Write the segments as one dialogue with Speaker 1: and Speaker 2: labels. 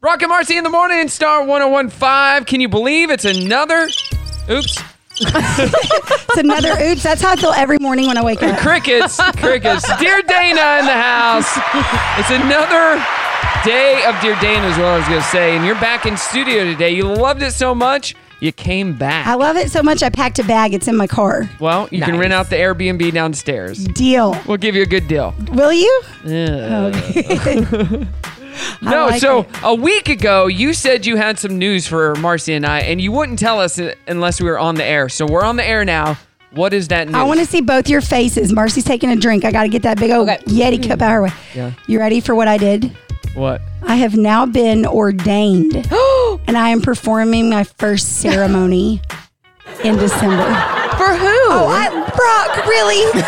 Speaker 1: Brock and Marcy in the morning, Star 1015. Can you believe it's another? Oops.
Speaker 2: It's another oops. That's how I feel every morning when I wake up.
Speaker 1: Crickets, crickets. Dear Dana in the house. It's another day of Dear Dana, is what I was going to say. And you're back in studio today. You loved it so much, you came back.
Speaker 2: I love it so much. I packed a bag. It's in my car.
Speaker 1: well, you can
Speaker 3: Nice.
Speaker 1: rent out the Airbnb downstairs.
Speaker 2: Deal.
Speaker 1: We'll give you a good deal.
Speaker 2: Will you?
Speaker 1: Yeah.
Speaker 2: I
Speaker 1: No,
Speaker 2: like
Speaker 1: so
Speaker 2: it.
Speaker 1: a week ago, you said you had some news for Marcy and I, and you wouldn't tell us it unless we were on the air. So we're on the air now. What is that news?
Speaker 2: I want to see both your faces. Marcy's taking a drink. I got to get that big old
Speaker 3: Okay.
Speaker 2: Yeti cup out of her way.
Speaker 1: Yeah.
Speaker 2: You ready for what I did?
Speaker 1: What?
Speaker 2: I have now been ordained, and I am performing my first ceremony in December.
Speaker 3: For who?
Speaker 2: Oh, I, Brock, really?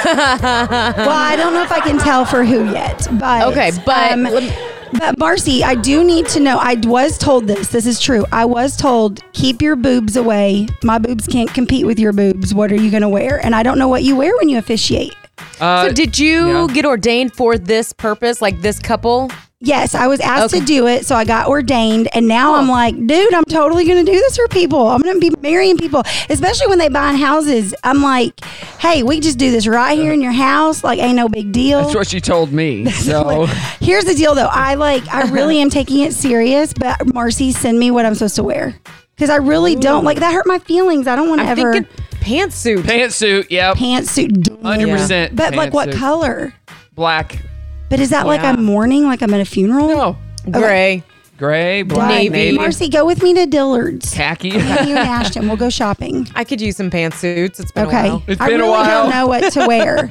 Speaker 2: well, I don't know if I can tell for who yet, but um,
Speaker 3: Okay, but let me-
Speaker 2: but Marcy, I do need to know. I was told this. This is true. I was told keep your boobs away. My boobs can't compete with your boobs. What are you going to wear? And I don't know what you wear when you officiate.
Speaker 3: so did you
Speaker 1: Uh, yeah.
Speaker 3: get ordained for this purpose, like this couple?
Speaker 2: Yes, I was asked
Speaker 3: Okay.
Speaker 2: to do it, so I got ordained, and now I'm like, dude, I'm totally gonna do this for people. I'm gonna be marrying people, especially when they buying houses. I'm like, hey, we just do this right here in your house, like ain't no big deal.
Speaker 1: That's what she told me. So
Speaker 2: Here's the deal, though. I like, I really am taking it serious, but Marcy, send me what I'm supposed to wear because I really don't like that. Hurt my feelings. I don't want to
Speaker 3: I'm
Speaker 2: ever
Speaker 3: thinking pantsuit.
Speaker 1: pantsuit, yep,
Speaker 2: pantsuit.
Speaker 1: hundred percent.
Speaker 2: But like, what
Speaker 1: Uh, pantsuit.
Speaker 2: color?
Speaker 1: Black,
Speaker 2: But is that like
Speaker 3: Yeah.
Speaker 2: I'm mourning, like I'm at a funeral?
Speaker 1: no,
Speaker 3: Gray.
Speaker 1: gray, black,
Speaker 3: Navy.
Speaker 1: navy,
Speaker 2: Marcy, go with me to Dillard's.
Speaker 1: khaki.
Speaker 2: you and Ashton. We'll go shopping.
Speaker 3: I could use some pantsuits. It's been
Speaker 2: Okay.
Speaker 3: a while.
Speaker 1: It's
Speaker 2: I
Speaker 1: been a
Speaker 2: really
Speaker 1: while.
Speaker 2: don't know what to wear.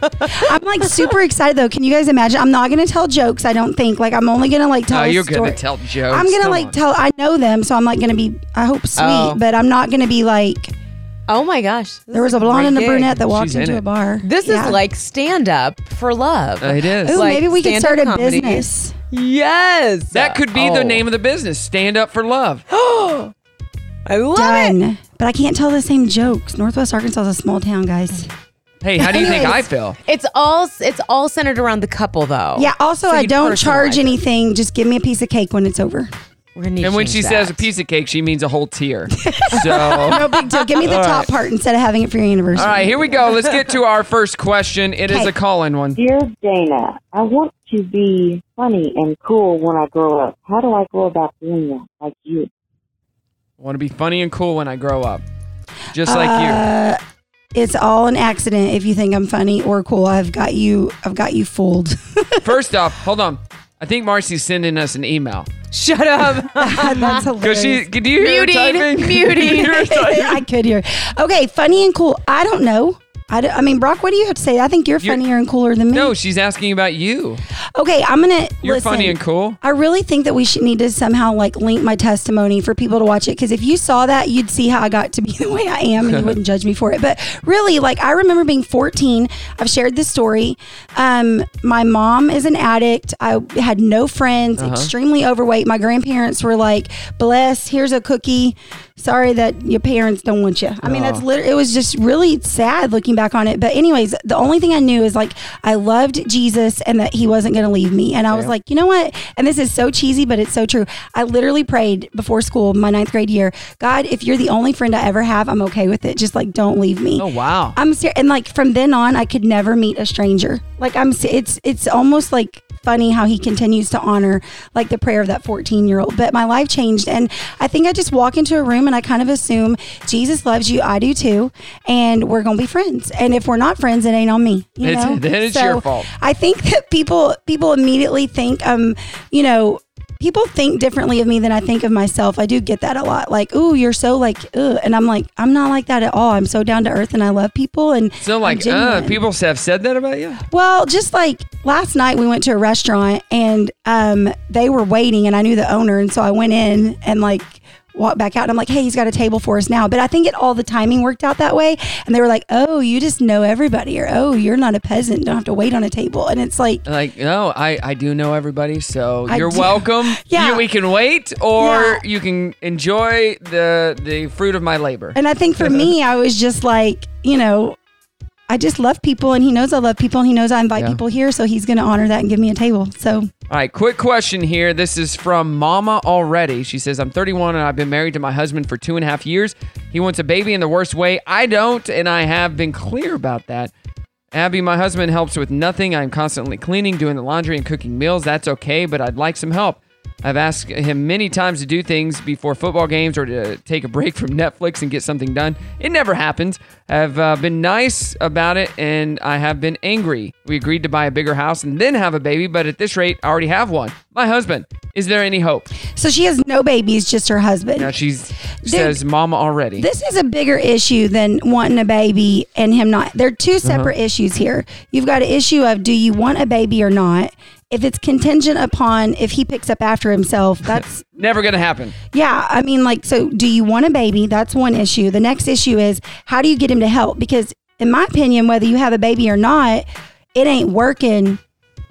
Speaker 2: I'm like super excited though. Can you guys imagine? I'm not gonna tell jokes. I don't think. Like I'm only gonna like tell.
Speaker 1: No,
Speaker 2: a
Speaker 1: you're gonna
Speaker 2: story.
Speaker 1: tell jokes.
Speaker 2: I'm gonna
Speaker 1: Come
Speaker 2: like
Speaker 1: on.
Speaker 2: tell. I know them, so I'm like gonna be. I hope sweet,
Speaker 3: Oh.
Speaker 2: but I'm not gonna be like.
Speaker 3: Oh my gosh. This
Speaker 2: There was
Speaker 3: is
Speaker 2: a blonde
Speaker 3: great
Speaker 2: and a
Speaker 3: gig.
Speaker 2: brunette that walked
Speaker 1: She's in
Speaker 2: into
Speaker 1: it.
Speaker 2: a bar.
Speaker 3: This
Speaker 2: Yeah.
Speaker 3: is like stand up for love.
Speaker 1: Uh, it is.
Speaker 2: Ooh,
Speaker 3: like
Speaker 2: maybe we could
Speaker 3: stand-up
Speaker 2: start a
Speaker 3: comedy.
Speaker 2: business. Oh.
Speaker 3: Yes.
Speaker 1: that could be
Speaker 3: Oh.
Speaker 1: the name of the business. Stand up for love.
Speaker 3: I love it.
Speaker 2: Done. But I can't tell the same jokes. Northwest Arkansas is a small town, guys.
Speaker 1: Hey, how do you think I
Speaker 2: Anyways.
Speaker 1: feel?
Speaker 3: It's all it's all centered around the couple though.
Speaker 1: Oh,
Speaker 2: Yeah. Also,
Speaker 3: So
Speaker 2: I
Speaker 3: you'd
Speaker 2: don't charge
Speaker 3: personalize it.
Speaker 2: anything. Just give me a piece of cake when it's over.
Speaker 3: We're gonna need to
Speaker 1: And when
Speaker 3: change
Speaker 1: she
Speaker 3: that.
Speaker 1: says a piece of cake, she means a whole tier. So
Speaker 2: No big deal. Give me the top part instead of having it for your anniversary.
Speaker 1: All right, here we go. Let's get to our first question. It is
Speaker 2: Okay.
Speaker 1: a call-in one.
Speaker 4: Dear Dana, I want to be funny and cool when I grow up. How do I go about doing that? Like you.
Speaker 1: want to be funny and cool when I grow up, just like
Speaker 2: it's all an accident if you think I'm funny or cool. I've got you I've got you fooled.
Speaker 1: you. First off, hold on. I think Marcy's sending us an email.
Speaker 3: Shut up.
Speaker 2: That's
Speaker 1: Cause
Speaker 2: hilarious.
Speaker 1: she, could you hear
Speaker 3: Muting,
Speaker 1: her typing?
Speaker 3: muting.
Speaker 1: You hear her typing?
Speaker 2: I could hear. Okay, funny and cool. I don't know. I, don't- I mean, Brock, what do you have to say? I think you're
Speaker 1: You're-
Speaker 2: funnier and cooler than me.
Speaker 1: No, she's asking about you.
Speaker 2: Okay, I'm gonna.
Speaker 1: You're
Speaker 2: listen,
Speaker 1: funny and cool.
Speaker 2: I really think that we should need to somehow like link my testimony for people to watch it because if you saw that, you'd see how I got to be the way I am and you wouldn't judge me for it. But really, like I remember being 14. I've shared this story. Um, my mom is an addict. I had no friends,
Speaker 1: Uh-huh.
Speaker 2: extremely overweight. My grandparents were like, "Bless, here's a cookie. Sorry that your parents don't want you." I mean, that's literally. It was just really sad looking back on it. But anyways, the only thing I knew is like I loved Jesus and that He wasn't going to leave me. And I was like, you know what? And this is so cheesy, but it's so true. I literally prayed before school, my ninth grade year. God, if you're the only friend I ever have, I'm okay with it. Just like don't leave me.
Speaker 1: Oh wow.
Speaker 2: I'm ser- and like from then on, I could never meet a stranger. Like I'm, se- it's it's almost like funny how he continues to honor like the prayer of that 14 year old. But my life changed, and I think I just walk into a room and I kind of assume Jesus loves you, I do too, and we're gonna be friends. And if we're not friends, it ain't on me. You
Speaker 1: It's-
Speaker 2: know?
Speaker 1: then it's your fault.
Speaker 2: I think that people people immediately think, um, you know, people think differently of me than I think of myself. I do get that a lot. Like, ooh, you're so like, ugh. and I'm like, I'm not like that at all. I'm so down to earth and I love people. And
Speaker 1: So
Speaker 2: I'm
Speaker 1: like, uh,
Speaker 2: genuine.
Speaker 1: people have said that about you.
Speaker 2: Well, just like last night, we went to a restaurant and um, they were waiting, and I knew the owner, and so I went in and like walked back out, and I'm like, "Hey, he's got a table for us now." But I think it all the timing worked out that way, and they were like, "Oh, you just know everybody," or "Oh, you're not a peasant, don't have to wait on a table," and it's like.
Speaker 1: Like, no, I, I do know everybody, so
Speaker 2: I
Speaker 1: you're
Speaker 2: do.
Speaker 1: welcome.
Speaker 2: Yeah.
Speaker 1: You- we can wait, or
Speaker 2: Yeah.
Speaker 1: you can enjoy the the fruit of my labor.
Speaker 2: And I think for me, I was just like, you know, I just love people, and he knows I love people, and he knows I invite
Speaker 1: Yeah.
Speaker 2: people here, so he's going to honor that and give me a table. So
Speaker 1: All right, quick question here. This is from Mama Already. She says, I'm 31 and I've been married to my husband for two and a half years. He wants a baby in the worst way. I don't, and I have been clear about that. Abby, my husband helps with nothing. I'm constantly cleaning, doing the laundry, and cooking meals. That's okay, but I'd like some help. I've asked him many times to do things before football games or to take a break from Netflix and get something done. It never happens. I've uh, been nice about it and I have been angry. We agreed to buy a bigger house and then have a baby, but at this rate, I already have one. My husband. Is there any hope?
Speaker 2: so she has no babies, just her husband.
Speaker 1: Now she's, she says, Mama already.
Speaker 2: This is a bigger issue than wanting a baby and him not. They're two separate issues here. You've got an issue of do you want a baby or not? If it's contingent upon if he picks up after himself, that's
Speaker 1: never going to happen.
Speaker 2: yeah, I mean, like, so do you want a baby? That's one issue. The next issue is how do you get him to help? Because, in my opinion, whether you have a baby or not, it ain't working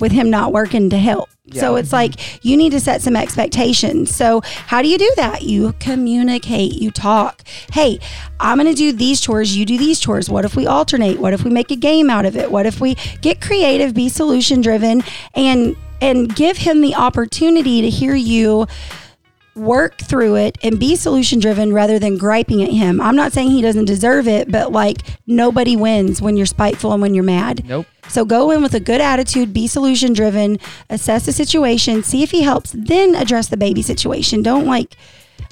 Speaker 2: with him not working to help. So it's like you need to set some expectations. So, how do you do that? You communicate, you talk. Hey, I'm going to do these chores, you do these chores. What if we alternate? What if we make a game out of it? What if we get creative, be solution driven and and give him the opportunity to hear you work through it and be solution driven rather than griping at him. I'm not saying he doesn't deserve it, but like nobody wins when you're spiteful and when you're mad.
Speaker 1: Nope.
Speaker 2: So go in with a good attitude, be solution driven, assess the situation, see if he helps, then address the baby situation. Don't like,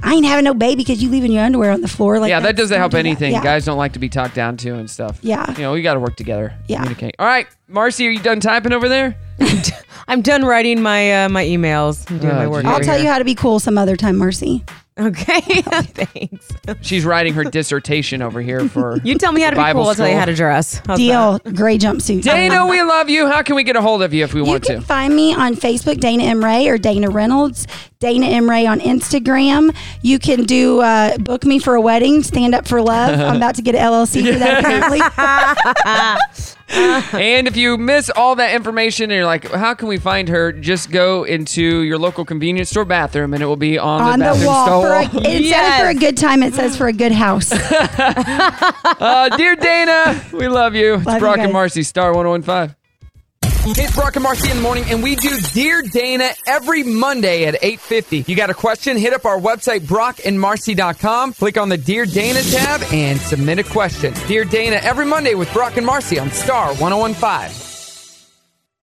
Speaker 2: I ain't having no baby because you leaving your underwear on the floor. Like
Speaker 1: yeah, that
Speaker 2: that's-
Speaker 1: doesn't help
Speaker 2: don't do that.
Speaker 1: anything.
Speaker 2: Yeah.
Speaker 1: Guys don't like to be talked down to and stuff.
Speaker 2: Yeah.
Speaker 1: You know, we got to work together.
Speaker 2: Yeah.
Speaker 1: Communicate. All right, Marcy, are you done typing over there?
Speaker 3: I'm done writing my uh, my emails. I'm doing
Speaker 1: Oh,
Speaker 3: my work.
Speaker 1: geez.
Speaker 2: I'll
Speaker 3: over
Speaker 2: tell you
Speaker 3: here.
Speaker 2: how to be cool some other time, Mercy.
Speaker 3: Okay. Thanks.
Speaker 1: She's writing her dissertation over here for
Speaker 3: You tell me how to be
Speaker 1: Bible
Speaker 3: cool. I'll tell you
Speaker 1: school.
Speaker 3: how to dress. How's that?
Speaker 2: Deal, gray jumpsuit.
Speaker 1: Dana, we love you. How can we get a hold of you if we
Speaker 2: You
Speaker 1: want
Speaker 2: can
Speaker 1: to?
Speaker 2: find me on Facebook, Dana M. Ray or Dana Reynolds, Dana M. Ray on Instagram. You can do uh, book me for a wedding, stand up for love. I'm about to get an LLC for that apparently.
Speaker 1: And if you miss all that information and you're like, how can we find her? Just go into your local convenience store bathroom and it will be on,
Speaker 2: on
Speaker 1: the
Speaker 2: the
Speaker 1: bathroom
Speaker 2: wall.
Speaker 1: stall
Speaker 2: For a,
Speaker 1: wall.
Speaker 2: it says for a
Speaker 3: Yes.
Speaker 2: good time, it says for a good house.
Speaker 1: Uh, dear Dana, we love you. It's
Speaker 2: Love you
Speaker 1: Brock and
Speaker 2: guys.
Speaker 1: Marcy, Star 1015. It's Brock and Marcy in the morning, and we do Dear Dana every Monday at 8.50. You got a question? Hit up our website, brockandmarcy.com. Click on the Dear Dana tab and submit a question. Dear Dana every Monday with Brock and Marcy on Star 1015.